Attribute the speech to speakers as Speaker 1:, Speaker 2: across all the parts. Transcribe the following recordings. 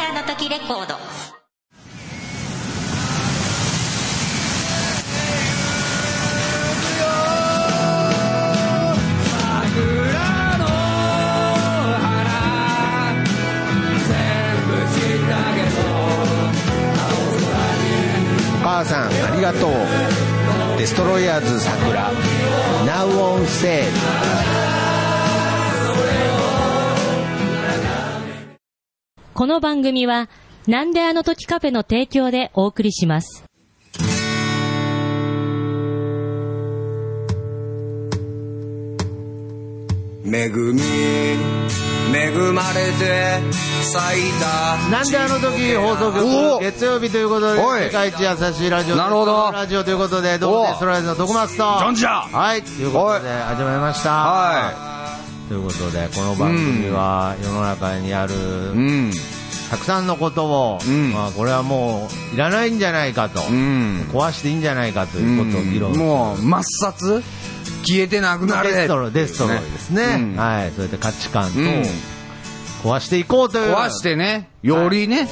Speaker 1: フォード
Speaker 2: ばあさんありがとうデストロイヤーズ桜 Now on sale
Speaker 3: この番組は、なんであの時カフェの提供でお送りします。
Speaker 4: 恵み恵まれて咲いた
Speaker 5: なんであの時放送
Speaker 2: おお
Speaker 5: 局月曜日ということで
Speaker 2: おい
Speaker 5: 世界一優しいラジオ
Speaker 4: なるほど
Speaker 5: ラジオということでどうも
Speaker 2: おお
Speaker 5: デストライズの徳松と
Speaker 4: ジョンジだ
Speaker 5: はいということで始まりましたということでこの番組は世の中にある
Speaker 2: うん
Speaker 5: たくさんのことを、
Speaker 2: ん
Speaker 5: まあ、これはもういらないんじゃないかと、
Speaker 2: ん
Speaker 5: 壊していいんじゃないかということを議論する
Speaker 2: もう抹殺消えてなくなれ
Speaker 5: デストロイデストロイですね、
Speaker 2: うん
Speaker 5: はい、そういった価値観と
Speaker 2: うん
Speaker 5: 壊していこうという
Speaker 2: 壊してねよりね、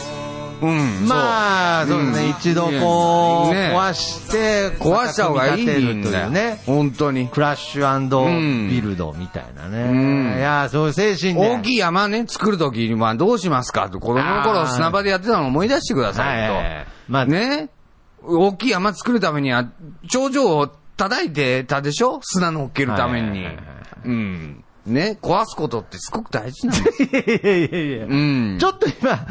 Speaker 2: うん
Speaker 5: まあ、そうですね、
Speaker 2: うん
Speaker 5: 一度こう、
Speaker 2: ね
Speaker 5: 壊して、
Speaker 2: そう壊した方がいい
Speaker 5: 組み
Speaker 2: ん
Speaker 5: 立て
Speaker 2: だ
Speaker 5: るとい
Speaker 2: よ
Speaker 5: うね。
Speaker 2: 本当に
Speaker 5: クラッシ
Speaker 2: うん
Speaker 5: ュビルドみたいなね。
Speaker 2: うん
Speaker 5: いやー、そういう精神で。
Speaker 2: 大きい山ね、作るときに、まあ、どうしますかと、子供の
Speaker 5: あ
Speaker 2: 頃
Speaker 5: ー
Speaker 2: 砂場でやってたのを思い出してくださいと。
Speaker 5: はいまあ
Speaker 2: ね大きい山作るためには、頂上を叩いてたでしょ砂乗っけるため
Speaker 5: はいはい
Speaker 2: に
Speaker 5: はいは。
Speaker 2: うん。ね壊すことってすごく大事 なんだよ。
Speaker 5: いやいやいやいや
Speaker 2: うん。
Speaker 5: ちょっと今、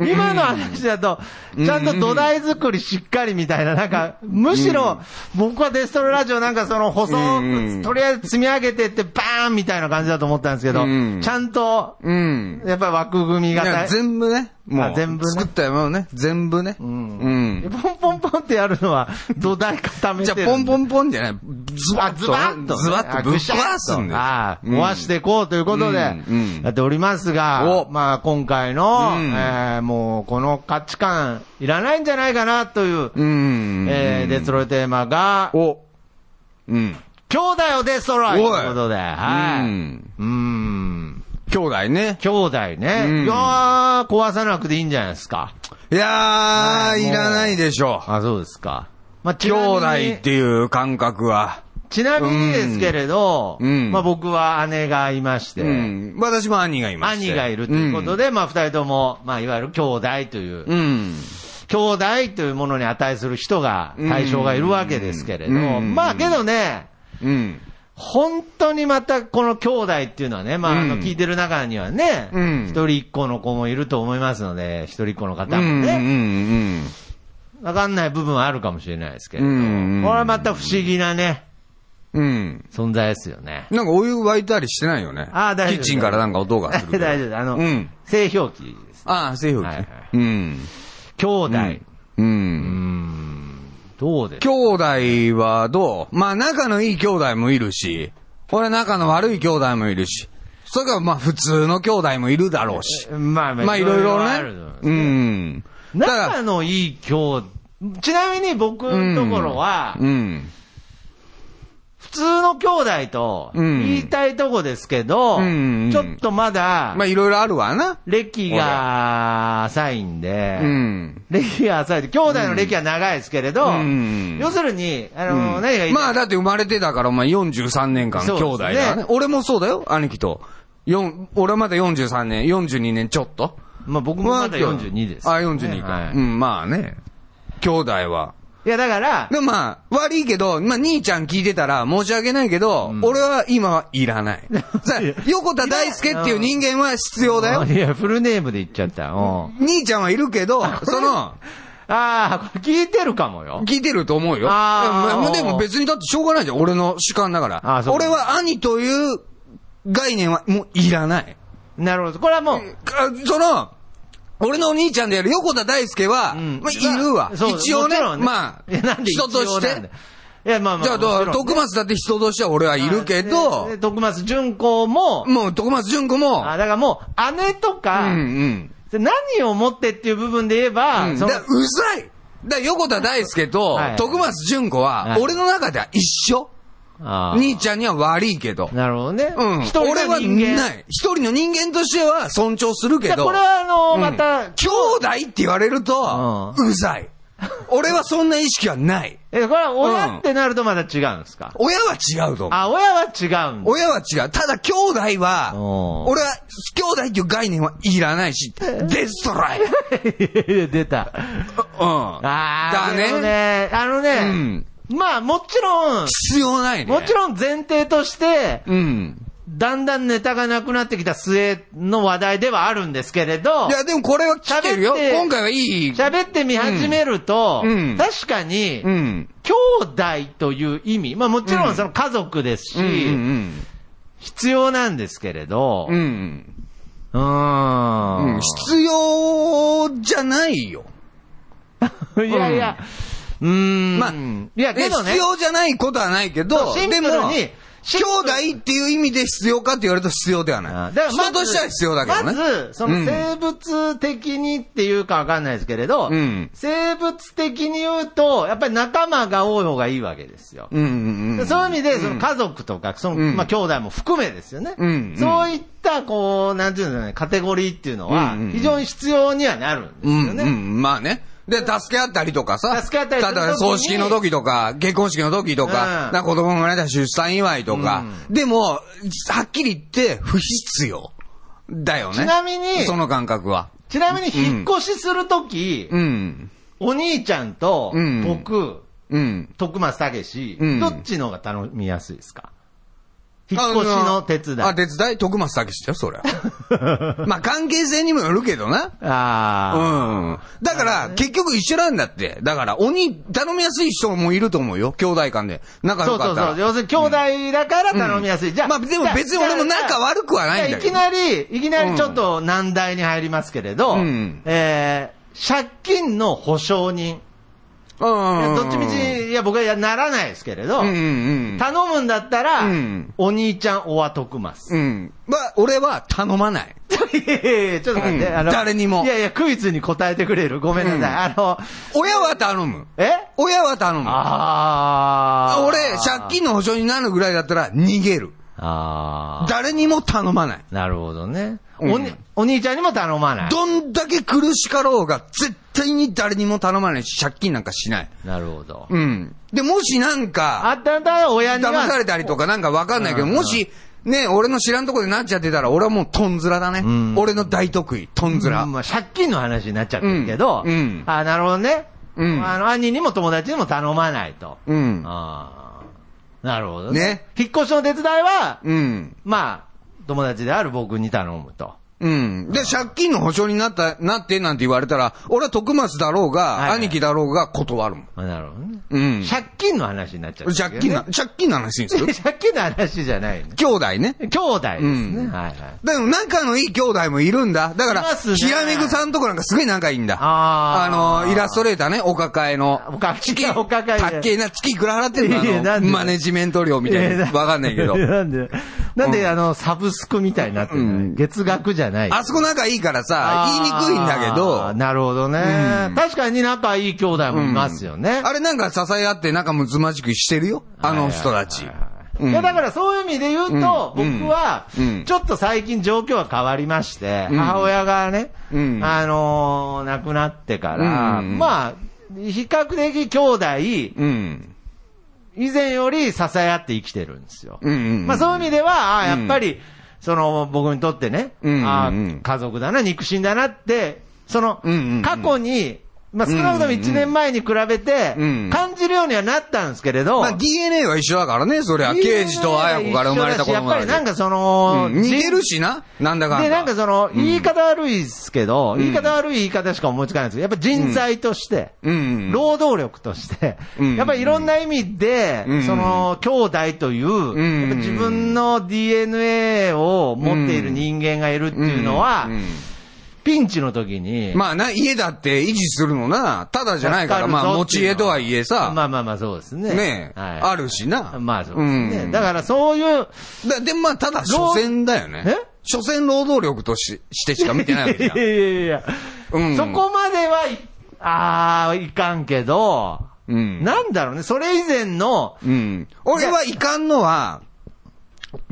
Speaker 5: 今の話だと、ちゃんと土台作りしっかりみたいな、なんか、むしろ、僕はデストロラジオなんかその細
Speaker 2: うん
Speaker 5: く、とりあえず積み上げてって、バーンみたいな感じだと思ったんですけど、
Speaker 2: うん
Speaker 5: ちゃんと、
Speaker 2: うん。
Speaker 5: やっぱり枠組み
Speaker 2: い
Speaker 5: が
Speaker 2: や
Speaker 5: 大
Speaker 2: 全部ね、も
Speaker 5: あ
Speaker 2: う、
Speaker 5: 全部ね
Speaker 2: 作った山をね、全部ね。
Speaker 5: ん
Speaker 2: うん。
Speaker 5: ポンポンポンってやるのは土台固め
Speaker 2: じ
Speaker 5: て
Speaker 2: ゃ
Speaker 5: る
Speaker 2: あ、ポンポンポンじゃない。ズバ
Speaker 5: あ
Speaker 2: ッ
Speaker 5: ズ
Speaker 2: と
Speaker 5: バ
Speaker 2: ね、
Speaker 5: ッとね
Speaker 2: ズバッ
Speaker 5: あ
Speaker 2: とぶっ
Speaker 5: ぐしゃっと
Speaker 2: 壊すんだよ。
Speaker 5: ああ
Speaker 2: うん
Speaker 5: 壊していこうということで
Speaker 2: うんうん
Speaker 5: やっておりますが
Speaker 2: お
Speaker 5: まあ今回の
Speaker 2: うん
Speaker 5: えーもうこの価値観いらないんじゃないかなという
Speaker 2: うん。
Speaker 5: えーデストロイテーマが
Speaker 2: お。うん。
Speaker 5: 兄弟をデストロイと
Speaker 2: おい
Speaker 5: いうことでは
Speaker 2: う
Speaker 5: い
Speaker 2: ん
Speaker 5: うん
Speaker 2: 兄弟ね。
Speaker 5: 兄弟
Speaker 2: うん
Speaker 5: ねいやー壊さなくていいんじゃないですか
Speaker 2: いや
Speaker 5: は
Speaker 2: ー、
Speaker 5: いも
Speaker 2: いうらないでしょう。
Speaker 5: あそうですかまあち
Speaker 2: 兄
Speaker 5: なみに
Speaker 2: 弟っていう感覚は。
Speaker 5: ちなみにですけれど、
Speaker 2: うん
Speaker 5: まあ僕は姉がいまして、
Speaker 2: うん。私も兄がいまして
Speaker 5: 兄がいるということで、まあ二人とも、まあいわゆる兄弟という、
Speaker 2: うん。
Speaker 5: 兄弟というものに値する人が、対象がいるわけですけれど、
Speaker 2: うん
Speaker 5: まあけどね、
Speaker 2: うん。
Speaker 5: 本当にまたこの兄弟っていうのはね、まああの
Speaker 2: うん
Speaker 5: 聞いてる中にはね、
Speaker 2: うん
Speaker 5: 一人一子の子もいると思いますので、一人っ子の
Speaker 2: う
Speaker 5: 方も
Speaker 2: ん。うん。
Speaker 5: ね、
Speaker 2: うん。
Speaker 5: わかんない部分はあるかもしれないですけれ
Speaker 2: う
Speaker 5: ど、
Speaker 2: ん
Speaker 5: これはまた不思議なね、
Speaker 2: うん。
Speaker 5: 存在ですよね。
Speaker 2: なんかお湯沸いたりしてないよね。
Speaker 5: あー大丈夫
Speaker 2: キッチンからなんか音がするけど。
Speaker 5: 大丈夫ですあの
Speaker 2: うん。
Speaker 5: 製氷機です。
Speaker 2: ああ、製 氷
Speaker 5: はいはい
Speaker 2: 機。うん。
Speaker 5: 兄弟。
Speaker 2: う
Speaker 5: うー
Speaker 2: ん。
Speaker 5: んどうですか
Speaker 2: 兄弟はどうまあ仲のいい兄弟もいるし、これ仲の悪い兄弟もいるし、それからまあ普通の兄弟もいるだろうし。
Speaker 5: まあ
Speaker 2: まあいろいろ
Speaker 5: あると思い
Speaker 2: ね
Speaker 5: ま。す
Speaker 2: うん。だから
Speaker 5: 仲のいい兄弟、ちなみに僕のところは、
Speaker 2: うん。
Speaker 5: 普通の兄弟と
Speaker 2: うん
Speaker 5: 言いたいとこですけど、
Speaker 2: うん
Speaker 5: ちょっとまだ
Speaker 2: まあ、いろいろあるわな。
Speaker 5: 歴が浅いんで、
Speaker 2: うん。
Speaker 5: 歴が浅いで、兄弟の歴は長いですけれど、
Speaker 2: うん
Speaker 5: 要するに、あの何が言いたい
Speaker 2: まあ、だって生まれてだから、お前43年間、兄
Speaker 5: そうですね
Speaker 2: 弟だからね。俺もそうだよ、兄貴と。四俺はまだ43年、42年ちょっと。
Speaker 5: まあ僕もまだ42です、
Speaker 2: あ、42か。
Speaker 5: はい
Speaker 2: うん、まあね。兄弟は。
Speaker 5: いや、だから、
Speaker 2: でもまあ、悪いけど、まあ、兄ちゃん聞いてたら申し訳ないけど、俺は今はいらない。 さ横田大輔っていう人間は必要だよ。
Speaker 5: いや、フルネームで言っちゃった。うん
Speaker 2: 兄ちゃんはいるけど、その、
Speaker 5: ああ、これ聞いてるかもよ。
Speaker 2: 聞いてると思うよ。
Speaker 5: あー
Speaker 2: まあでも別にだってしょうがないじゃん、俺の主観だか
Speaker 5: あ
Speaker 2: ら
Speaker 5: ー。そう
Speaker 2: 俺は兄という概念はもういらない。
Speaker 5: なるほど。これはもう、
Speaker 2: あその、俺のお兄ちゃんである横田大輔は、
Speaker 5: うん
Speaker 2: まあ、いるわ。
Speaker 5: そう
Speaker 2: 一応ね
Speaker 5: もちろん、
Speaker 2: まあ
Speaker 5: いやなん、で一
Speaker 2: 人
Speaker 5: 応
Speaker 2: とし
Speaker 5: なんだ
Speaker 2: て。
Speaker 5: いや、まあまあ。
Speaker 2: じゃあ、
Speaker 5: もち
Speaker 2: と
Speaker 5: ろん
Speaker 2: 徳松だって人としては俺はいるけど
Speaker 5: で、で徳松純子も、
Speaker 2: もう徳松純子も、
Speaker 5: あだからもう、姉と
Speaker 2: うん
Speaker 5: か、
Speaker 2: うん。
Speaker 5: で何を持ってっていう部分で言えば、
Speaker 2: うん
Speaker 5: その
Speaker 2: だからうざいだから横田大輔と
Speaker 5: はい
Speaker 2: 徳松純子は
Speaker 5: は、い
Speaker 2: 俺の中では一緒。
Speaker 5: あー
Speaker 2: 兄ちゃんには悪いけど。
Speaker 5: なるほどね。
Speaker 2: うん。
Speaker 5: 一人の
Speaker 2: 俺は
Speaker 5: 人間
Speaker 2: ない。一人の人間としては尊重するけ
Speaker 5: じゃあ
Speaker 2: ど。
Speaker 5: これはあの、
Speaker 2: うん
Speaker 5: また、
Speaker 2: 兄弟って言われると、うざい。俺はそんな意識はない。
Speaker 5: え、これは
Speaker 2: うん
Speaker 5: 親ってなるとまた違うんですか、
Speaker 2: 親は違うと思う。
Speaker 5: あ、親は違うんだ。
Speaker 2: 親は違う。ただ兄弟は、
Speaker 5: おー
Speaker 2: 俺は兄弟っていう概念はいらないし、デスト ライ。うん。
Speaker 5: 出た。
Speaker 2: だ
Speaker 5: あー、なるほど
Speaker 2: ね。
Speaker 5: ね。あの
Speaker 2: う
Speaker 5: ね
Speaker 2: ん、
Speaker 5: まあもちろん、
Speaker 2: 必要ないね。
Speaker 5: もちろん前提として、
Speaker 2: ん。うん。
Speaker 5: だんだんネタがなくなってきた末の話題ではあるんですけれど
Speaker 2: い、や、でもこれは来てるよ。
Speaker 5: 喋って
Speaker 2: 今回はいい。
Speaker 5: 喋ってみ始めると、
Speaker 2: うんうん
Speaker 5: 確かに、
Speaker 2: うん。
Speaker 5: 兄弟という意味、まあもちろんその家族ですし、
Speaker 2: うんうん
Speaker 5: 必要なんですけれど、
Speaker 2: うん。うん。
Speaker 5: うーん
Speaker 2: うん必要じゃないよ。
Speaker 5: いやいや、うーん。
Speaker 2: まあ、
Speaker 5: いや、けどね
Speaker 2: 必、要じゃないことはないけど、
Speaker 5: そうシンプルに
Speaker 2: でも
Speaker 5: シン
Speaker 2: 兄弟っていう意味で必要かって言われると必要では
Speaker 5: あ
Speaker 2: ない。
Speaker 5: ーだからまず
Speaker 2: 人としては必要だけどね。
Speaker 5: まず、その生物的にっていうかわかんないですけれど、
Speaker 2: うん
Speaker 5: 生物的に言うと、やっぱり仲間が多い方がいいわけですよ。
Speaker 2: うんうんうん。
Speaker 5: そういう意味で、その家族とか、その、
Speaker 2: うん
Speaker 5: まあ、兄弟も含めですよね。
Speaker 2: うん
Speaker 5: そういった、こう、なんていうんですかね、カテゴリーっていうのは
Speaker 2: うんうん、
Speaker 5: 非常に必要にはなるんです
Speaker 2: う
Speaker 5: よ
Speaker 2: ん
Speaker 5: ね。
Speaker 2: うん、まあね。で、助け合ったりとかさ。
Speaker 5: 助け合ったりする時に
Speaker 2: 例えば葬式の時とか、結婚式の時とか、
Speaker 5: うん
Speaker 2: なんか子供生まれた出産祝いとか。でも、はっきり言って、不必要。だよね。
Speaker 5: ちなみに
Speaker 2: その感覚は。
Speaker 5: ちなみに、引っ越しするとき、
Speaker 2: うん。
Speaker 5: お兄ちゃんと
Speaker 2: うん、
Speaker 5: 僕、
Speaker 2: うん。
Speaker 5: 徳松武史、
Speaker 2: うん
Speaker 5: どっちの方が頼みやすいですか引っ越しの手伝い。
Speaker 2: あ、手伝い徳松武史だよ、そりゃ。 まあ、関係性にもよるけどな。う
Speaker 5: あ
Speaker 2: ん。だから、結局一緒なんだって。だから、鬼、頼みやすい人もいると思うよ。兄弟間で。仲
Speaker 5: あ。そ
Speaker 2: 良
Speaker 5: う
Speaker 2: か
Speaker 5: そ
Speaker 2: っ
Speaker 5: う
Speaker 2: たら。
Speaker 5: そう。要するに兄弟だから頼みやすい。じゃあ。
Speaker 2: まあでも別に俺も仲悪くはないんだけど
Speaker 5: じゃあいきなり、いきなりちょっと難題に入りますけれど、
Speaker 2: うん
Speaker 5: えー借金の保証人。いや
Speaker 2: うん。
Speaker 5: どっちみち、いや僕はいやならないですけれど、
Speaker 2: うんうん
Speaker 5: 頼むんだったら、
Speaker 2: うん
Speaker 5: お兄ちゃん、おは徳松。
Speaker 2: うん。うん。まあ、俺は頼まない。
Speaker 5: いやいやいやちょっと待って、
Speaker 2: うん
Speaker 5: あの。
Speaker 2: 誰にも
Speaker 5: いやいや、クイズに答えてくれる。ごめんなさい。
Speaker 2: うん
Speaker 5: あの、
Speaker 2: 親は頼む。
Speaker 5: え
Speaker 2: 親は頼む。
Speaker 5: ああ。
Speaker 2: 俺、借金の保証になるぐらいだったら逃げる。
Speaker 5: ああ。
Speaker 2: 誰にも頼まない。
Speaker 5: なるほどね。
Speaker 2: うん
Speaker 5: おにお兄ちゃんにも頼まない。
Speaker 2: どんだけ苦しかろうが、絶対に誰にも頼まないし、借金なんかしない。
Speaker 5: なるほど。
Speaker 2: うん。で、もしなん
Speaker 5: あ
Speaker 2: か、
Speaker 5: ったんだら親には。
Speaker 2: 騙されたりとかなんかわかんないけど、もし、ね、俺の知らんとこでなっちゃってたら、俺はもうトンズラだね。
Speaker 5: ん
Speaker 2: 俺の大得意、トンズラ
Speaker 5: うん。まあ、借金の話になっちゃってるけど、
Speaker 2: うんうん
Speaker 5: あなるほどね。
Speaker 2: うん
Speaker 5: あの、兄にも友達にも頼まないと。
Speaker 2: うん。
Speaker 5: ああ。なるほど
Speaker 2: ね
Speaker 5: 引っ越しの手伝いは、
Speaker 2: うん。
Speaker 5: まあ、友達である僕に頼むと。
Speaker 2: うん。で、借金の保証になった、なってなんて言われたら、俺は徳松だろうが、
Speaker 5: いはい
Speaker 2: 兄貴だろうが断るもん。
Speaker 5: まあ、なるほどね。
Speaker 2: うん。
Speaker 5: 借金の話になっちゃってるけど
Speaker 2: 借金な、
Speaker 5: ね。
Speaker 2: 借金の話にする
Speaker 5: 借金の話じゃないね。
Speaker 2: 兄弟ね。
Speaker 5: 兄弟ですね。
Speaker 2: うん
Speaker 5: はいはい。
Speaker 2: でも仲のいい兄弟もいるんだ。だか
Speaker 5: い
Speaker 2: ら、
Speaker 5: ますね
Speaker 2: ひらめぐさんとこなんかすごい仲いいんだ。
Speaker 5: あー
Speaker 2: あの、イラストレーターね、お抱えの。
Speaker 5: お抱え
Speaker 2: 月、
Speaker 5: お抱え
Speaker 2: たっけえな、月いくら払ってる
Speaker 5: いやいや
Speaker 2: の
Speaker 5: な
Speaker 2: あ
Speaker 5: んで。
Speaker 2: のマネジメント料みたいな。わかんないけど
Speaker 5: なんで、なんで、
Speaker 2: うん
Speaker 5: あの、サブスクみたいになってるの
Speaker 2: うん
Speaker 5: 月額じゃない。
Speaker 2: あそこ仲いいからさ、言いにくいんだけ
Speaker 5: あー
Speaker 2: ど、
Speaker 5: なるほどね。確かに仲いい兄弟もいますよね。
Speaker 2: あれなんか支え合って仲睦まじくしてるよ。あの人たち。うん
Speaker 5: いや、だからそういう意味で言うと、
Speaker 2: うん
Speaker 5: 僕は
Speaker 2: うん、
Speaker 5: ちょっと最近状況が変わりまして、
Speaker 2: うん
Speaker 5: 母親がね、
Speaker 2: うん
Speaker 5: あのー亡くなってから、
Speaker 2: うん
Speaker 5: まあ、比較的兄弟、
Speaker 2: うん。
Speaker 5: 以前より支え合って生きてるんですよ。
Speaker 2: うんうんうん
Speaker 5: まあそういう意味では、あー
Speaker 2: うん
Speaker 5: やっぱり、その僕にとってね、
Speaker 2: うんうんうん
Speaker 5: あー家族だな、肉親だなって、その
Speaker 2: うんうんうん
Speaker 5: 過去に、まあ少なくとも1年前に比べて
Speaker 2: うん、
Speaker 5: 感じるようにはなったんですけれど、
Speaker 2: まあ DNA は一緒だからね、そりゃ。刑事と綾子から生まれた子供
Speaker 5: やっぱ
Speaker 2: だ
Speaker 5: り
Speaker 2: し。
Speaker 5: なんかその、
Speaker 2: うん似てるしな、なんだかんだ。
Speaker 5: で、なんかその、言い方悪いですけど、
Speaker 2: ん
Speaker 5: 言い方悪い言い方しか思いつかないんですけど、やっぱ人材として、
Speaker 2: うん。
Speaker 5: 労働力として
Speaker 2: うん、
Speaker 5: やっぱりいろんな意味で
Speaker 2: うん、
Speaker 5: その、兄弟とい
Speaker 2: ん
Speaker 5: う、やっぱ自分の DNA を持っている人間がいるっていうのは
Speaker 2: ん、ん
Speaker 5: ピンチの時に、
Speaker 2: まあな、家だって維持するのな、ただじゃないから、まあ持ち家とはいえさ、
Speaker 5: まあまあまあそうですね。
Speaker 2: ねえ、
Speaker 5: はい
Speaker 2: あるしな。
Speaker 5: まあそうですね。
Speaker 2: ん
Speaker 5: だからそういう、
Speaker 2: だでもまあ、ただ、所詮だよね。
Speaker 5: え
Speaker 2: 所詮労働力とししてしか見てない わけじゃん。
Speaker 5: いやいやいや、
Speaker 2: うん
Speaker 5: そこまではい、ああ、いかんけど、
Speaker 2: うん。
Speaker 5: なんだろうね、それ以前の、
Speaker 2: うん。俺はいかんのは、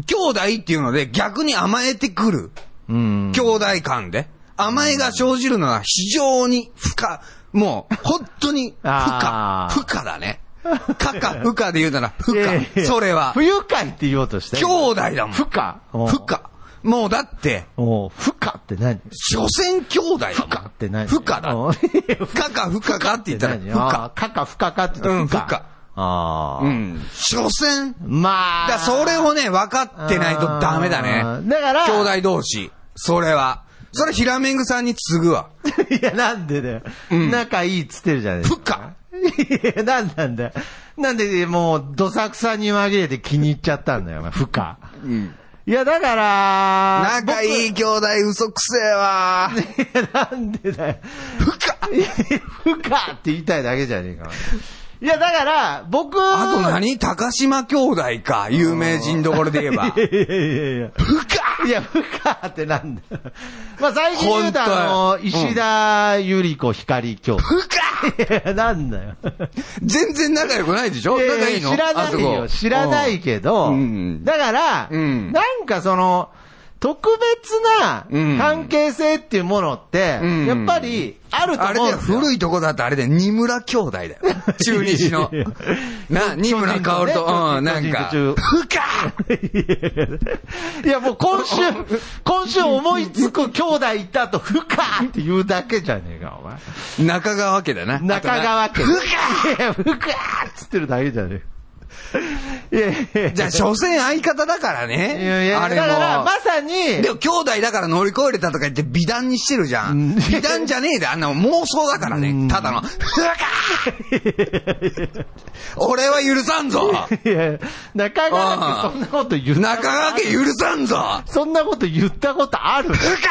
Speaker 2: 兄弟っていうので逆に甘えてくる。
Speaker 5: うん
Speaker 2: 兄弟間で。甘えが生じるのは非常に不可。もう、本当に不可
Speaker 5: あ。ー
Speaker 2: 不可だね。可か不可で言うなら不
Speaker 5: いやいやい
Speaker 2: 可。
Speaker 5: や
Speaker 2: それは
Speaker 5: 不。愉快って言おうとして。
Speaker 2: 兄弟だもん。
Speaker 5: 不可。
Speaker 2: 不可。もうだって、
Speaker 5: おう。不可って何
Speaker 2: 所詮兄弟だもん。不
Speaker 5: 不可って何
Speaker 2: 不可だ。
Speaker 5: おう
Speaker 2: 不可か不可かっ て言ったら不
Speaker 5: あ
Speaker 2: 可。
Speaker 5: ー可か不可かって言ったら
Speaker 2: うん
Speaker 5: 不
Speaker 2: 不可
Speaker 5: 可。あ
Speaker 2: う
Speaker 5: あ。
Speaker 2: ん。所詮。
Speaker 5: まあ。
Speaker 2: だからそれをね、分かってないとダメだ
Speaker 5: あ
Speaker 2: ね。
Speaker 5: ーだから、
Speaker 2: 兄弟同士。それは。それヒラメングさんに継ぐわ。
Speaker 5: いや、なんでだよ。
Speaker 2: ん
Speaker 5: 仲いいっつってるじゃないです
Speaker 2: 不
Speaker 5: か。
Speaker 2: 可。
Speaker 5: いや、なんなんだよ。なんで、もう、どさくさに紛れて気に入っちゃったんだよ、お前不可。
Speaker 2: うん。
Speaker 5: いや、だから、
Speaker 2: 仲いい兄弟嘘くせえわ。
Speaker 5: 僕。いや、なんでだよ。
Speaker 2: 不可。
Speaker 5: いや不可って言いたいだけじゃねえか。いや、だから、僕、
Speaker 2: あと何高島兄弟か。有名人どころで言えば。
Speaker 5: いやいやいやいや。
Speaker 2: 不可
Speaker 5: いや、不可ってなんだ よ。まあ、最近言うと、あ
Speaker 2: 本当
Speaker 5: の、
Speaker 2: うん
Speaker 5: 石田ゆり子光京。
Speaker 2: 不可
Speaker 5: いや、なん だよ。
Speaker 2: 全然仲良くないでしょ
Speaker 5: いやいや
Speaker 2: 仲いいの
Speaker 5: 知らな
Speaker 2: あそ
Speaker 5: い
Speaker 2: こ
Speaker 5: よ。知らないけど、
Speaker 2: うん
Speaker 5: だから、
Speaker 2: うん
Speaker 5: なんかその、特別な
Speaker 2: うん
Speaker 5: 関係性っていうものって、
Speaker 2: うん
Speaker 5: やっぱりあると
Speaker 2: あれ
Speaker 5: 思うん
Speaker 2: だ
Speaker 5: で
Speaker 2: よ、
Speaker 5: すよ。
Speaker 2: 古いとこだとあれだよ、二村兄弟だよ。 中日の
Speaker 5: いやい。
Speaker 2: な、二村薫と、うん、なんか、
Speaker 5: 巨人
Speaker 2: 不
Speaker 5: と
Speaker 2: 可
Speaker 5: いや、もう今週、今週思いつく兄弟いたと、不可って言うだけじゃねえか、お前。
Speaker 2: 中川家だな。
Speaker 5: 中川家。
Speaker 2: あとな
Speaker 5: 可いや、不可っつってるだけじゃねえ。いやいやいや
Speaker 2: じゃあ、所詮相方だから
Speaker 5: いやい
Speaker 2: ね。
Speaker 5: や
Speaker 2: あ
Speaker 5: だ
Speaker 2: れも。
Speaker 5: から、まさに、
Speaker 2: でも、兄弟だから乗り越えれたとか言って美談にしてるじゃん。美談じゃねえで、あんな妄想だからね。ただの、不可俺は許さん ぞ
Speaker 5: いや、中川家そんなこと言った
Speaker 2: 中川家許さんぞ
Speaker 5: そんなこと言ったことある
Speaker 2: 不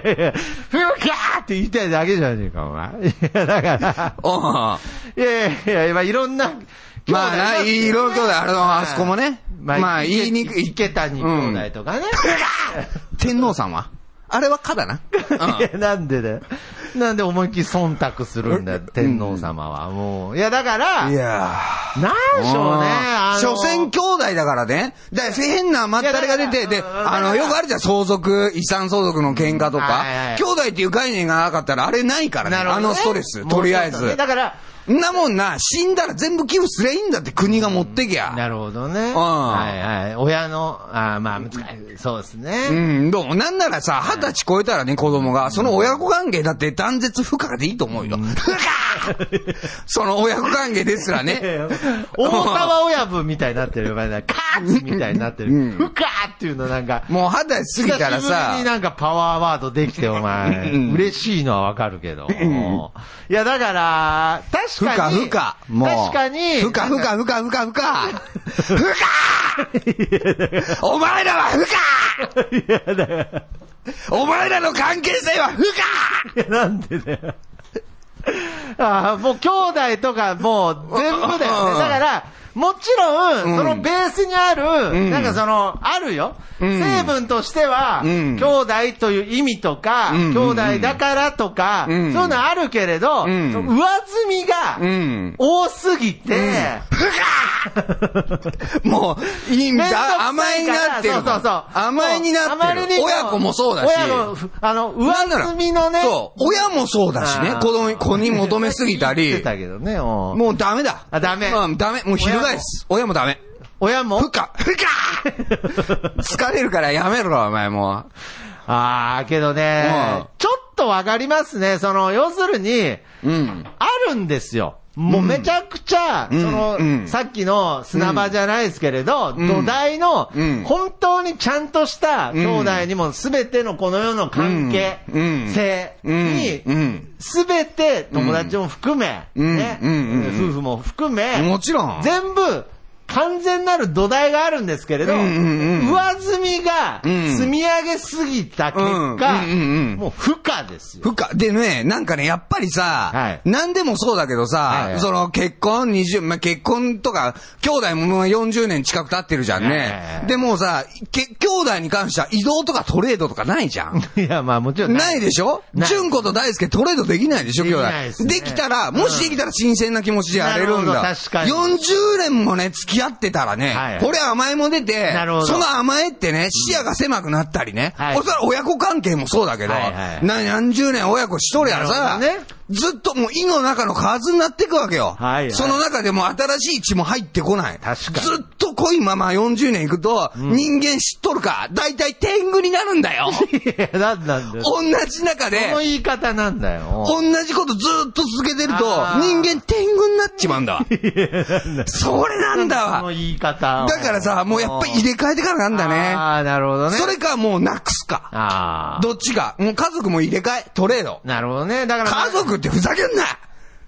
Speaker 2: 可
Speaker 5: いやいや、ふうきゃーって言いたいだけじゃねえか、お前。いや、だから、
Speaker 2: うん。
Speaker 5: いやいやいや、まあいろんな、
Speaker 2: まあな、
Speaker 5: 兄弟
Speaker 2: いろいろだ、あの、あそこもね。まあ、言いにくい。
Speaker 5: 池谷兄弟とかね。
Speaker 2: 天皇さんはあれはかだ
Speaker 5: い
Speaker 2: な。
Speaker 5: や、なんでだよ。なんで思いっきり忖度するんだよ、天皇様は。もう。いや、だから、
Speaker 2: い
Speaker 5: なんで
Speaker 2: や
Speaker 5: しょうね、あの。
Speaker 2: 所詮兄弟だからね。だから変なまったりが出
Speaker 5: い
Speaker 2: て、
Speaker 5: や
Speaker 2: で、
Speaker 5: だから
Speaker 2: あの、よくあるじゃん、相続、遺産相続の喧嘩と
Speaker 5: はいはいはい
Speaker 2: か。兄弟っていう概念がなかったら、あれないからね。
Speaker 5: なるほ
Speaker 2: あ
Speaker 5: どね
Speaker 2: のストレス、とりあえ
Speaker 5: もうちょっとね
Speaker 2: ず。
Speaker 5: だから、
Speaker 2: んなもんな、死んだら全部寄付すりゃいいんだって国が持ってきゃ。
Speaker 5: なるほどね。
Speaker 2: ん
Speaker 5: はいはい。親の、あーまあ、難しい。そうです
Speaker 2: う
Speaker 5: ね。
Speaker 2: ん、どうも。なんならさ、二十歳超えたらね、子供が、その親子関係だって断絶不可でいいと思うよ。不可 その親子関係です らね。
Speaker 5: 大沢親分みたいになってる場合だ。カーツみたいになって
Speaker 2: うん
Speaker 5: る。ふかーっていうのなんか、
Speaker 2: もう二十歳過ぎたら
Speaker 5: 久しぶり
Speaker 2: さ
Speaker 5: に、なんかパワーワードできて、お前、
Speaker 2: うん
Speaker 5: 嬉しいのはわかるけど。いや、だから、
Speaker 2: 不
Speaker 5: 確
Speaker 2: 可
Speaker 5: かに。
Speaker 2: 不可。もう。
Speaker 5: 確かに。
Speaker 2: 不可不可不可不可不可。不可お前らは不可お前らの関係性は不可
Speaker 5: いやなんでだよ。ああ、もう兄弟とかもう全部だよね。だ
Speaker 2: うん
Speaker 5: から、もちろ
Speaker 2: うん
Speaker 5: ん、そのベースにある、
Speaker 2: ん
Speaker 5: なんかその、あるよ。
Speaker 2: ん
Speaker 5: 成分としては、
Speaker 2: うん
Speaker 5: 兄弟という意味とか、
Speaker 2: うん
Speaker 5: 兄弟だからとか、
Speaker 2: うん
Speaker 5: そういうのあるけれど、
Speaker 2: うん
Speaker 5: その上積みが
Speaker 2: うん。
Speaker 5: 多すぎて、
Speaker 2: もう、いいん
Speaker 5: 面倒くさい
Speaker 2: だ。甘えになってる。
Speaker 5: そうそうそう。
Speaker 2: 甘えにな
Speaker 5: あま
Speaker 2: って
Speaker 5: り
Speaker 2: る。
Speaker 5: にも
Speaker 2: 親子もそうだし。
Speaker 5: 親の、ふあの、上
Speaker 2: なんなら
Speaker 5: 積みのね。
Speaker 2: そう。親もそうだしね。
Speaker 5: あー
Speaker 2: 子供に、子に求めすぎた
Speaker 5: 言っ
Speaker 2: り
Speaker 5: て。たけどね、もう。
Speaker 2: もうダメだ。
Speaker 5: あダメ
Speaker 2: うん、ダメ。もう翻す。親もダメ。
Speaker 5: 親も
Speaker 2: 不可不可疲れるからやめろ、お前も
Speaker 5: ああ、けどね、
Speaker 2: うん
Speaker 5: ちょっとわかりますね。その、要するに、
Speaker 2: う。うん。
Speaker 5: あるんですよ。もうめちゃくちゃ、
Speaker 2: うん
Speaker 5: その、
Speaker 2: うん
Speaker 5: さっきの砂場じゃないですけれど、
Speaker 2: ん
Speaker 5: 土台の、
Speaker 2: うん
Speaker 5: 本当にちゃんとした兄弟にも全てのこの世の関係
Speaker 2: うん
Speaker 5: 性
Speaker 2: うん。
Speaker 5: に、
Speaker 2: うん。
Speaker 5: 全て友達も含め、
Speaker 2: うん
Speaker 5: ね
Speaker 2: うんうんうん
Speaker 5: 夫婦も含め、
Speaker 2: もちろん。
Speaker 5: 全部、完全なる土台があるんですけれど、
Speaker 2: うんうんうん
Speaker 5: 上積みが
Speaker 2: うん
Speaker 5: 積み上げすぎた結果、
Speaker 2: うんうんうんうん
Speaker 5: もう負荷ですよ。
Speaker 2: ふか、でね、なんかね、やっぱりさ、
Speaker 5: はい
Speaker 2: 何でもそうだけどさ、
Speaker 5: はいはい
Speaker 2: その結婚20、まあ、結婚とか、兄弟ももう40年近く経ってるじゃんね。
Speaker 5: はいはいはい
Speaker 2: でもうさ、け兄弟に関しては移動とかトレードとかないじゃん。
Speaker 5: いや、まあもちろん
Speaker 2: ないでしょ
Speaker 5: ない
Speaker 2: 純子と大輔トレードできないでしょ、兄弟
Speaker 5: できないで。すね
Speaker 2: できたら、もしできたら新鮮な気持ちでやれるん
Speaker 5: なる
Speaker 2: だ。
Speaker 5: ほど確かに
Speaker 2: 40年もね、付き合ってたらね、
Speaker 5: はい
Speaker 2: これ甘えも出て
Speaker 5: なるほ、ど
Speaker 2: その甘えってね、視野が狭くなったりね。
Speaker 5: はい
Speaker 2: おそらく親子関係もそうだけど、
Speaker 5: はいはい
Speaker 2: な何十年親子しとりゃ
Speaker 5: な
Speaker 2: さ、
Speaker 5: るほどね
Speaker 2: ずっともう胃の中の数になっていくわけよ。
Speaker 5: はいはい
Speaker 2: その中でも新しい血も入ってこない。
Speaker 5: 確かに
Speaker 2: ずっと濃いまま40年いくと、人間知っとるか、大体天狗になるん だよ。
Speaker 5: いや、なんなんだよ。
Speaker 2: 同じ中で
Speaker 5: そ、の言い方なんだよ。
Speaker 2: 同じことずっと続けてると、
Speaker 5: あー
Speaker 2: 人間天狗になっちまうん だわ。それなんだ
Speaker 5: その
Speaker 2: わ。
Speaker 5: 言い方。
Speaker 2: だからさ、もうやっぱり入れ替えてからなんだ
Speaker 5: ああ、なるほど
Speaker 2: ね。
Speaker 5: ね。
Speaker 2: それかもうなくすか。
Speaker 5: ああ。
Speaker 2: どっちか。もう家族も入れ替え、トレード。
Speaker 5: なるほどね。だから。
Speaker 2: 家族ってふざけんな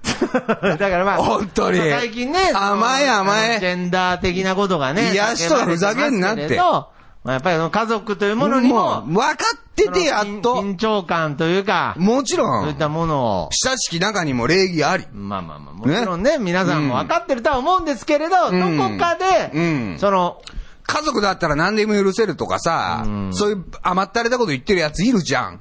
Speaker 5: だからまあ。
Speaker 2: 本当に
Speaker 5: 最近ね。
Speaker 2: 甘え甘え
Speaker 5: ジェンダー的なことがね。
Speaker 2: いや人はふざけんなっ
Speaker 5: 叫ばれま
Speaker 2: て
Speaker 5: すけれどまあ、やっぱりその家族というものにも。
Speaker 2: う分かっててやっ
Speaker 5: そ
Speaker 2: と
Speaker 5: の。緊緊張感というか、
Speaker 2: もちろ
Speaker 5: そういっ
Speaker 2: ん、
Speaker 5: たものを。
Speaker 2: 親しき中にも礼儀あり。
Speaker 5: まあまあまあ、もちろんね、皆さんも分かってるとは思うんですけれど、
Speaker 2: うん
Speaker 5: どこかで、
Speaker 2: うん
Speaker 5: その、
Speaker 2: 家族だったら何でも許せるとかさ、
Speaker 5: うん
Speaker 2: そういう甘ったれたこと言ってるやついるじゃん。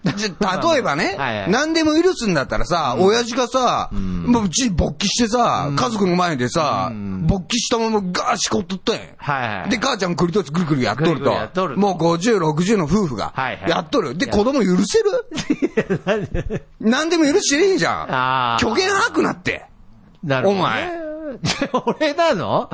Speaker 2: じゃ例えばね、
Speaker 5: はいはい
Speaker 2: 何でも許すんだったらさ、親父がさ、
Speaker 5: ん
Speaker 2: もううち勃起してさ、家族の前でさ、
Speaker 5: うん
Speaker 2: 勃起したままガーしこっとったんや。
Speaker 5: はいはい。
Speaker 2: で、母ちゃんクリトリつぐるぐるやっと
Speaker 5: ぐ
Speaker 2: る
Speaker 5: るぐ
Speaker 2: と。
Speaker 5: るやっとると
Speaker 2: もう50、60の夫婦が
Speaker 5: はい。はい
Speaker 2: やっとる。で、子供許 せる何でも許していいじゃん。
Speaker 5: あー
Speaker 2: 虚言吐くなって。
Speaker 5: なるほど、ね。
Speaker 2: お前。
Speaker 5: 俺なの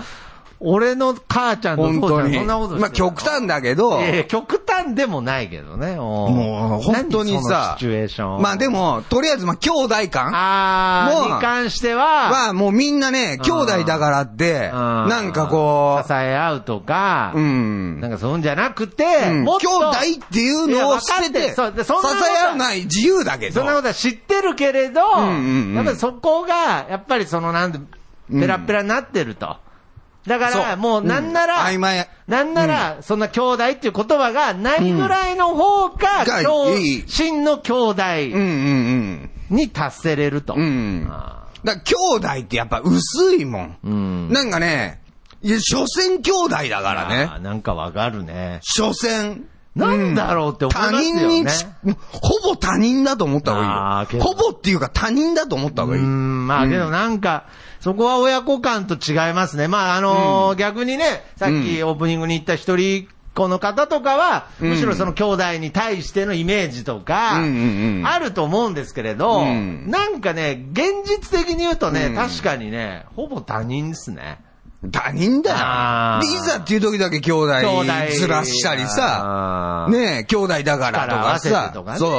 Speaker 5: 俺の母ちゃんの
Speaker 2: 本
Speaker 5: 父ち
Speaker 2: 当
Speaker 5: ゃん
Speaker 2: に。
Speaker 5: そんなことして
Speaker 2: まあ極端だけど、
Speaker 5: いやいや極端でもないけどね。も
Speaker 2: もう、本当に
Speaker 5: その
Speaker 2: さ
Speaker 5: シチュエーショ、ン。
Speaker 2: まあで、も、とりあえず、まあ、兄弟感
Speaker 5: あ
Speaker 2: もう
Speaker 5: ー、に関しては、
Speaker 2: は、もうみんなね、兄弟だからって、
Speaker 5: うん
Speaker 2: なんかこ
Speaker 5: 支え合うとか、
Speaker 2: う、うん。
Speaker 5: なんかそういうんじゃなくて、
Speaker 2: うん
Speaker 5: もっ
Speaker 2: 兄
Speaker 5: と、
Speaker 2: 弟っていうのを捨て
Speaker 5: い
Speaker 2: て、
Speaker 5: や
Speaker 2: 支
Speaker 5: 分かってるそうでそんなことは
Speaker 2: え合うない自由だけ
Speaker 5: そ
Speaker 2: ど
Speaker 5: んな、ことは知ってるけれど、
Speaker 2: んうんうん
Speaker 5: やっぱりそこが、やっぱりそのなんで、ペラッペラになってると。だか
Speaker 2: そ
Speaker 5: ら、
Speaker 2: う
Speaker 5: もうなんなら、
Speaker 2: うん曖昧
Speaker 5: なんなら、そんな兄弟っていう言葉がないぐらいの方が、
Speaker 2: うん
Speaker 5: 兄
Speaker 2: がいい
Speaker 5: 真の兄弟
Speaker 2: うんうん
Speaker 5: に達せれると。
Speaker 2: うん。うん。
Speaker 5: あ
Speaker 2: だから兄弟ってやっぱ薄いもん。
Speaker 5: ーうん。
Speaker 2: なんかね、いや、所詮兄弟だからね
Speaker 5: あー。なんかわかるね。
Speaker 2: 所詮。
Speaker 5: なんだろうって思いますよね
Speaker 2: 他人に、ほぼ他人だと思った方
Speaker 5: あー
Speaker 2: がいい
Speaker 5: け
Speaker 2: よ。
Speaker 5: ど
Speaker 2: ほぼっていうか他人だと思った方が
Speaker 5: う
Speaker 2: いい。
Speaker 5: ん、まあけどなんか、そこは親子感と違いますね。まああのー逆にね、さっきオープニングに言った一人っ子の方とかは、
Speaker 2: ん
Speaker 5: むしろその兄弟に対してのイメージと
Speaker 2: う
Speaker 5: か
Speaker 2: んうんう、ん
Speaker 5: あると思うんですけれど、
Speaker 2: うん
Speaker 5: なんかね、現実的に言うとね、
Speaker 2: うん
Speaker 5: 確かにね、ほぼ他人ですね。
Speaker 2: 他人
Speaker 5: あ
Speaker 2: だよ。
Speaker 5: ー
Speaker 2: でいざっていう時だけ兄弟
Speaker 5: 兄弟。
Speaker 2: ずらしたりさ、
Speaker 5: あー、
Speaker 2: ねえ、兄弟だからと
Speaker 5: 力合
Speaker 2: か
Speaker 5: わせて
Speaker 2: さ、
Speaker 5: とかね。
Speaker 2: そう。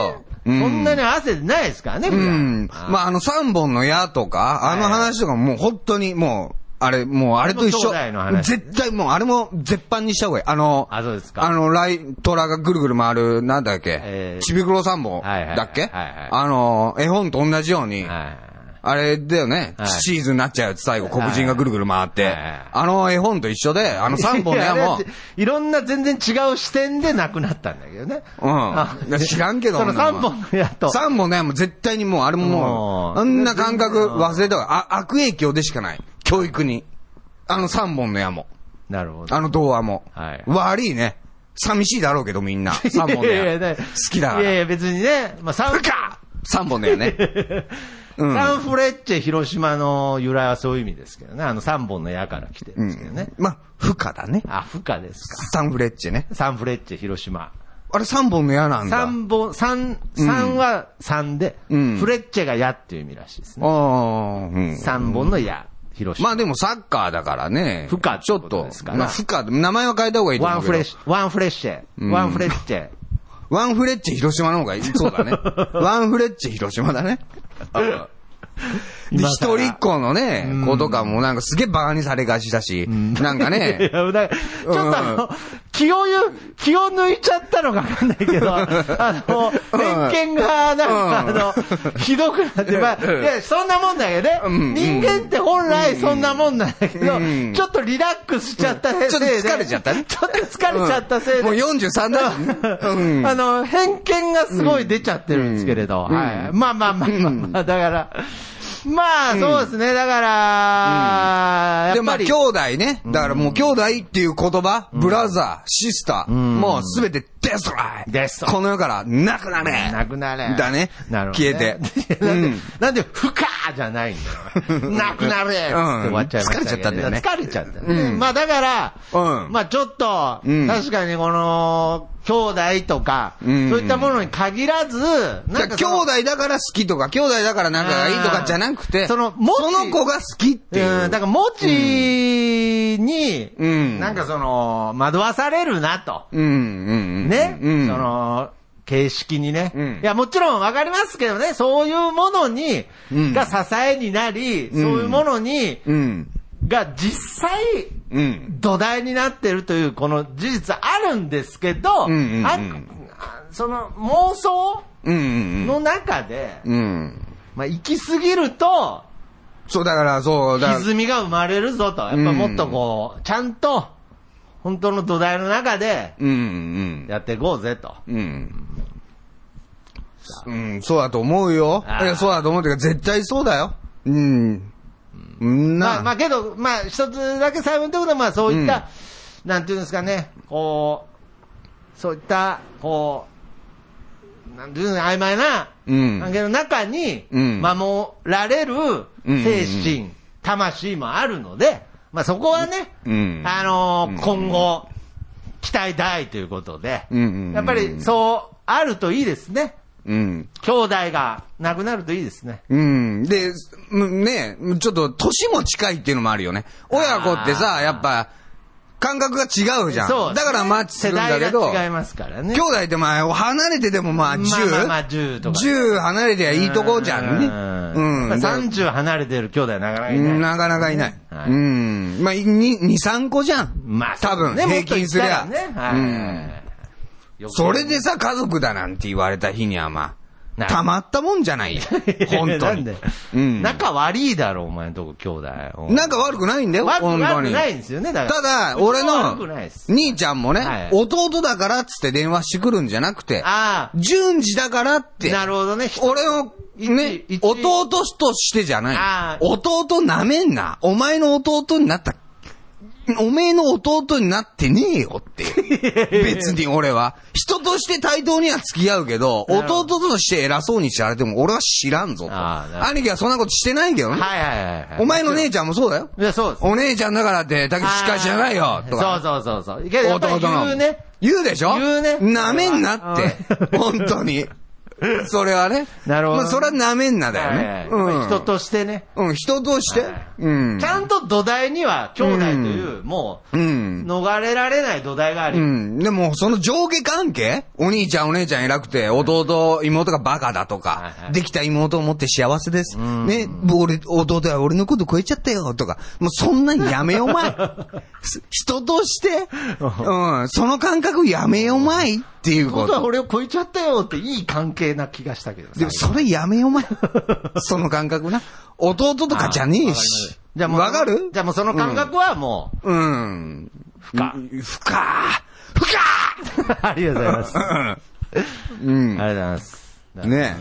Speaker 5: そんな
Speaker 2: ね。
Speaker 5: に合わせてないですからね、
Speaker 2: う
Speaker 5: 普段
Speaker 2: ん。まあ、あの三本の矢とか、あの話とかもう本当にもう、あれ、もうあれと一緒
Speaker 5: あれも兄弟の。話
Speaker 2: 絶対もう、あれも絶版にした方がいい。あの、
Speaker 5: あそうですか
Speaker 2: あの、ライトラがぐるぐる回る、なんだっけ
Speaker 5: えー
Speaker 2: ちびくろ三本
Speaker 5: はいはいはい
Speaker 2: だっけ
Speaker 5: はいはい
Speaker 2: あの、絵本と同じように、
Speaker 5: はい
Speaker 2: あれだよね、
Speaker 5: はい
Speaker 2: シーズンになっちゃうやつ最後、黒人がぐるぐる回って、
Speaker 5: はいはい
Speaker 2: あの絵本と一緒で、あの3本
Speaker 5: い
Speaker 2: の
Speaker 5: や
Speaker 2: 矢
Speaker 5: あれ
Speaker 2: も
Speaker 5: は、いろんな全然違う視点でなくなったんだけどね。
Speaker 2: うん
Speaker 5: あ
Speaker 2: いや知らんけど
Speaker 5: その
Speaker 2: 女
Speaker 5: 3
Speaker 2: の子
Speaker 5: 本の矢と。
Speaker 2: 3本の矢も絶対にもう、あれもも
Speaker 5: も
Speaker 2: う、
Speaker 5: う
Speaker 2: あんな感覚忘れたわあ悪影響でしかない。教育に。あの3本の矢も、
Speaker 5: なるほど。
Speaker 2: あの童話も。
Speaker 5: はい
Speaker 2: 悪いね。寂しいだろうけどみんな。3 本の
Speaker 5: いやいや
Speaker 2: 矢。好きだか
Speaker 5: いやい
Speaker 2: ら。
Speaker 5: や、別にね、まあ、サン
Speaker 2: うか !3 本の矢 ね。うん
Speaker 5: サンフレッチェ広島の由来はそういう意味ですけどね。あの3本の矢から来てるんですけどね。
Speaker 2: まあ、負荷だね。
Speaker 5: あ、負荷ですか。
Speaker 2: サンフレッチェね。
Speaker 5: サンフレッチェ広島。
Speaker 2: あれ3本の矢なんだ。
Speaker 5: 3本、三三は3で、
Speaker 2: うん
Speaker 5: フレッチェが矢っていう意味らしいですね。
Speaker 2: ああ、うん。
Speaker 5: 3本の矢、広島。
Speaker 2: まあでもサッカーだからね。
Speaker 5: 負荷って
Speaker 2: ちょ
Speaker 5: こ
Speaker 2: っ
Speaker 5: と
Speaker 2: と
Speaker 5: です。から
Speaker 2: まあ負荷、名前は変えた方がいいと
Speaker 5: ワン
Speaker 2: 思うけ
Speaker 5: フ
Speaker 2: ど。
Speaker 5: レッシュ、ワンフレッシェ、ワンフレッチェ。
Speaker 2: ワン フレッチェ広島の方がいい。そうだね。ワンフレッチェ広島だね。で、
Speaker 5: 今
Speaker 2: 一
Speaker 5: 更
Speaker 2: 人っ子のね
Speaker 5: うん、
Speaker 2: 子とかもなんかすげえバカにされがちだし、なんか
Speaker 5: い や
Speaker 2: ね、
Speaker 5: だからちょっとあの、気を言う、気を抜いちゃったのかわかんないけど、あの、
Speaker 2: うん
Speaker 5: 偏見がなんか、
Speaker 2: うん
Speaker 5: あの、ひどくなって、まあ、
Speaker 2: うん
Speaker 5: いや、そんなもんだよね、
Speaker 2: うん
Speaker 5: 人間って本来そんなもんなんだけど、
Speaker 2: うん
Speaker 5: ちょっとリラックスしちゃったせいで、
Speaker 2: ちょっと疲れちゃったね
Speaker 5: ちょっと疲れちゃったせいで、
Speaker 2: もう43だ。 うん。
Speaker 5: あの、偏見がすごい出ちゃってるんですけれど、
Speaker 2: うん
Speaker 5: はい。
Speaker 2: う
Speaker 5: まあまあまあまあまあ、だから、まあそうですね、だから、
Speaker 2: で、
Speaker 5: やっぱ
Speaker 2: まあ、
Speaker 5: り
Speaker 2: 兄、弟ね。だからもう兄弟っていう言葉、ブラザー、シスター、もうすべてデストライ
Speaker 5: デストロイ
Speaker 2: この世からなくなれ
Speaker 5: なくなれ。
Speaker 2: だね。
Speaker 5: なるほど
Speaker 2: 消
Speaker 5: ね、。
Speaker 2: え て
Speaker 5: な
Speaker 2: うん
Speaker 5: で
Speaker 2: ん、
Speaker 5: なんで、不可じゃないんだよ。なくなれって終わっちゃいましたけど、
Speaker 2: 疲れちゃったんだよね
Speaker 5: 疲れちゃった、ね
Speaker 2: うん
Speaker 5: まあだから、
Speaker 2: うん
Speaker 5: まあちょっと、
Speaker 2: うん
Speaker 5: 確かにこの、兄弟とか、
Speaker 2: うん
Speaker 5: そういったものに限らず、
Speaker 2: だ
Speaker 5: なん
Speaker 2: か
Speaker 5: からそ
Speaker 2: 兄
Speaker 5: の
Speaker 2: 弟だから好きとか、兄弟だから仲がいいとかじゃなく
Speaker 5: あー
Speaker 2: て、
Speaker 5: そのもし
Speaker 2: 子が好きっていう。
Speaker 5: うん、だから、もちに、
Speaker 2: うん
Speaker 5: なんかその、惑わされるなと。
Speaker 2: うん、うん、うん。
Speaker 5: ね、
Speaker 2: うん。
Speaker 5: その、形式にね。
Speaker 2: うん
Speaker 5: いや、もちろんわかりますけどね、そういうものに、
Speaker 2: うん
Speaker 5: が支えになり、
Speaker 2: ん
Speaker 5: そういうものに、
Speaker 2: うん。
Speaker 5: が実際、
Speaker 2: うん。
Speaker 5: 土台になってるという、この事実あるんですけど、
Speaker 2: うんうんうん
Speaker 5: ああその妄想
Speaker 2: うん、うん。
Speaker 5: の中で、
Speaker 2: うん。
Speaker 5: まあ、行き過ぎると、
Speaker 2: そう、だから、そう、だ
Speaker 5: 歪みが生まれるぞと。やっぱもっとこう、ちゃんと、本当の土台の中で、
Speaker 2: うん、うん。
Speaker 5: やっていこうぜと。
Speaker 2: うん。うん、そうだと思うよ。
Speaker 5: あー
Speaker 2: いや、そうだと思うけど、絶対そうだよ。うん。うん、
Speaker 5: まあ、ま
Speaker 2: な、
Speaker 5: あけど、まあ、一つだけ最後のところで、まあそういった、なんていうんですかね、こう、そういった、こう、なんていうの、曖昧な
Speaker 2: うん
Speaker 5: 関係の中に、
Speaker 2: うん
Speaker 5: 守られる
Speaker 2: うん
Speaker 5: 精神、魂もあるので、まあそこはね、
Speaker 2: うん
Speaker 5: あのー
Speaker 2: うん
Speaker 5: 今後、期待大ということで、
Speaker 2: うんうんうん
Speaker 5: やっぱりそうあるといいですね。
Speaker 2: うん。
Speaker 5: 兄弟がなくなるといいですね。
Speaker 2: うん。で、むね、ちょっと、年も近いっていうのもあるよね。親子って
Speaker 5: あ
Speaker 2: さ、
Speaker 5: ー
Speaker 2: やっぱ、感覚が違うじゃん。
Speaker 5: そうですね
Speaker 2: だからマッチす
Speaker 5: 世
Speaker 2: るんだ
Speaker 5: 代
Speaker 2: けど。
Speaker 5: が違いますからね。
Speaker 2: 兄弟ってまあ、離れてでもまあ10、
Speaker 5: まあまあまあ10とか
Speaker 2: 10離れてはいいとこじゃんね。
Speaker 5: うん。
Speaker 2: う
Speaker 5: や
Speaker 2: ん。
Speaker 5: っぱ30離れてる兄弟はなかなかいない。
Speaker 2: なかなかいない。
Speaker 5: はい
Speaker 2: うん。まあ、2、3個じゃん。
Speaker 5: まあ、
Speaker 2: 多分、
Speaker 5: ね、
Speaker 2: 平均すりゃ。
Speaker 5: もっと言ったら
Speaker 2: う
Speaker 5: ね
Speaker 2: ん。
Speaker 5: はい。
Speaker 2: それでさ、家族だなんて言われた日にはまあ、
Speaker 5: な
Speaker 2: たまったもんじ ゃないよ。本当
Speaker 5: なん
Speaker 2: に
Speaker 5: で。
Speaker 2: うん。
Speaker 5: 仲悪いだろ、お前のとこ兄弟。
Speaker 2: 仲悪くないんだよ、
Speaker 5: 悪く
Speaker 2: 本当
Speaker 5: 悪く
Speaker 2: に。
Speaker 5: ないんですよね、だから。
Speaker 2: ただ、
Speaker 5: うちは
Speaker 2: 俺の
Speaker 5: 悪くないです。
Speaker 2: 兄ちゃんも
Speaker 5: はい
Speaker 2: ね、弟だからっつって電話してくるんじゃなくて、
Speaker 5: あ
Speaker 2: 順次だからって
Speaker 5: あ、、なるほどね。
Speaker 2: 俺を、
Speaker 5: 一
Speaker 2: ね
Speaker 5: 一、
Speaker 2: 弟としてじゃ
Speaker 5: あ
Speaker 2: な
Speaker 5: ー
Speaker 2: い。弟舐めんな。お前の弟になった。おめえの弟になってねえ よっていう。別に俺は。人として対等には付き合うけど、
Speaker 5: なるほ
Speaker 2: 弟として偉そうに知られても俺は知らんぞと。
Speaker 5: あーなるほど
Speaker 2: 兄貴はそんなことしてないけどね。
Speaker 5: はいはいはいはい。
Speaker 2: お前の姉ちゃんもそうだよ。
Speaker 5: いや、そうです。
Speaker 2: お姉ちゃんだからって、だけどしか知らないよ、とか。
Speaker 5: そうそうそうそう。けどやっぱり
Speaker 2: 弟の
Speaker 5: 言うね。
Speaker 2: 言うでしょ
Speaker 5: 言うね
Speaker 2: 舐めんなっ
Speaker 5: う
Speaker 2: て。
Speaker 5: ん
Speaker 2: 本当に。それはね。
Speaker 5: なるほど
Speaker 2: まあ、それは舐めんなだよ
Speaker 5: はい
Speaker 2: ね。
Speaker 5: はい
Speaker 2: うん。
Speaker 5: 人。としてね。
Speaker 2: うん、人として
Speaker 5: はい。
Speaker 2: うん。
Speaker 5: ちゃんと土台には、兄弟という、もう、
Speaker 2: うん。
Speaker 5: 逃れられない土台があり、
Speaker 2: うん。でも、その上下関係お兄ちゃんお姉ちゃん偉くて、弟、妹がバカだと
Speaker 5: は
Speaker 2: か
Speaker 5: いはい、
Speaker 2: できた妹を持って幸せです。
Speaker 5: ん
Speaker 2: ね、俺、弟は俺のこと超えちゃったよ、とか。もうそんなんやめよ、お 前。す人として、うん、その感覚やめよ、お前っていうこ
Speaker 5: 僕は
Speaker 2: と。
Speaker 5: 俺を超えちゃったよっていい関係な気がしたけど
Speaker 2: でも、それやめよ、お前。その感覚な。弟とかじゃねえし。
Speaker 5: じゃあもう
Speaker 2: わかる
Speaker 5: じゃあもうその感覚はも
Speaker 2: うん。
Speaker 5: う、不可。
Speaker 2: うん不可不可
Speaker 5: ありがとうございます。あ
Speaker 2: うん
Speaker 5: り。がとうございます。
Speaker 2: ね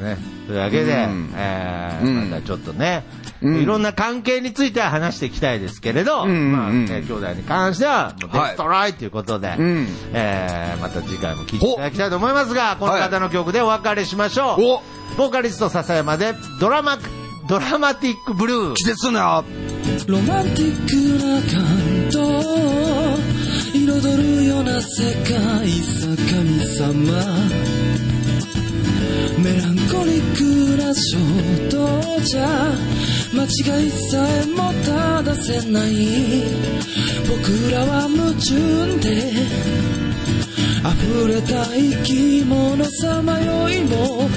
Speaker 5: というわけで、
Speaker 2: うん
Speaker 5: えー
Speaker 2: うん
Speaker 5: またちょっとね、
Speaker 2: うん
Speaker 5: いろんな関係については話していきたいですけれど、
Speaker 2: うんうん
Speaker 5: まあ、ね兄弟に関しては、もうデ
Speaker 2: はい
Speaker 5: ストライということで、
Speaker 2: うん
Speaker 5: えーまた次回も聞いていただきたいと思いますが、この方の曲でお別れしましょう。
Speaker 2: お
Speaker 5: ボーカリスト笹山で、ドラマ、ドラマティックブルー。
Speaker 2: 季節すんなよ
Speaker 1: ロマンティックな感動彩るような世界さ神様メランコリックな衝動じゃ間違いさえも正せない僕らは矛盾で溢れた生き物さまよいも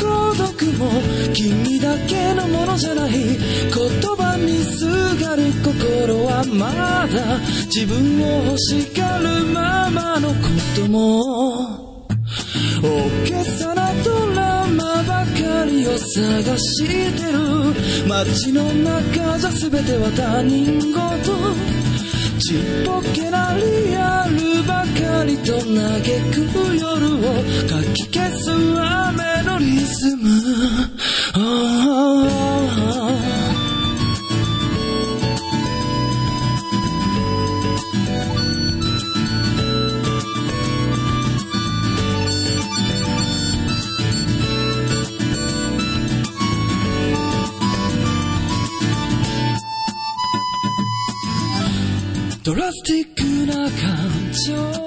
Speaker 1: 孤独も君だけのものじゃない言葉にすがる心はまだ自分を欲しがるままのことも大げさなドラマばかりを探してる街の中じゃ全ては他人事ちっぽけなリアルばかりと嘆く夜をかき消す雨のリズムああドラスティックな感情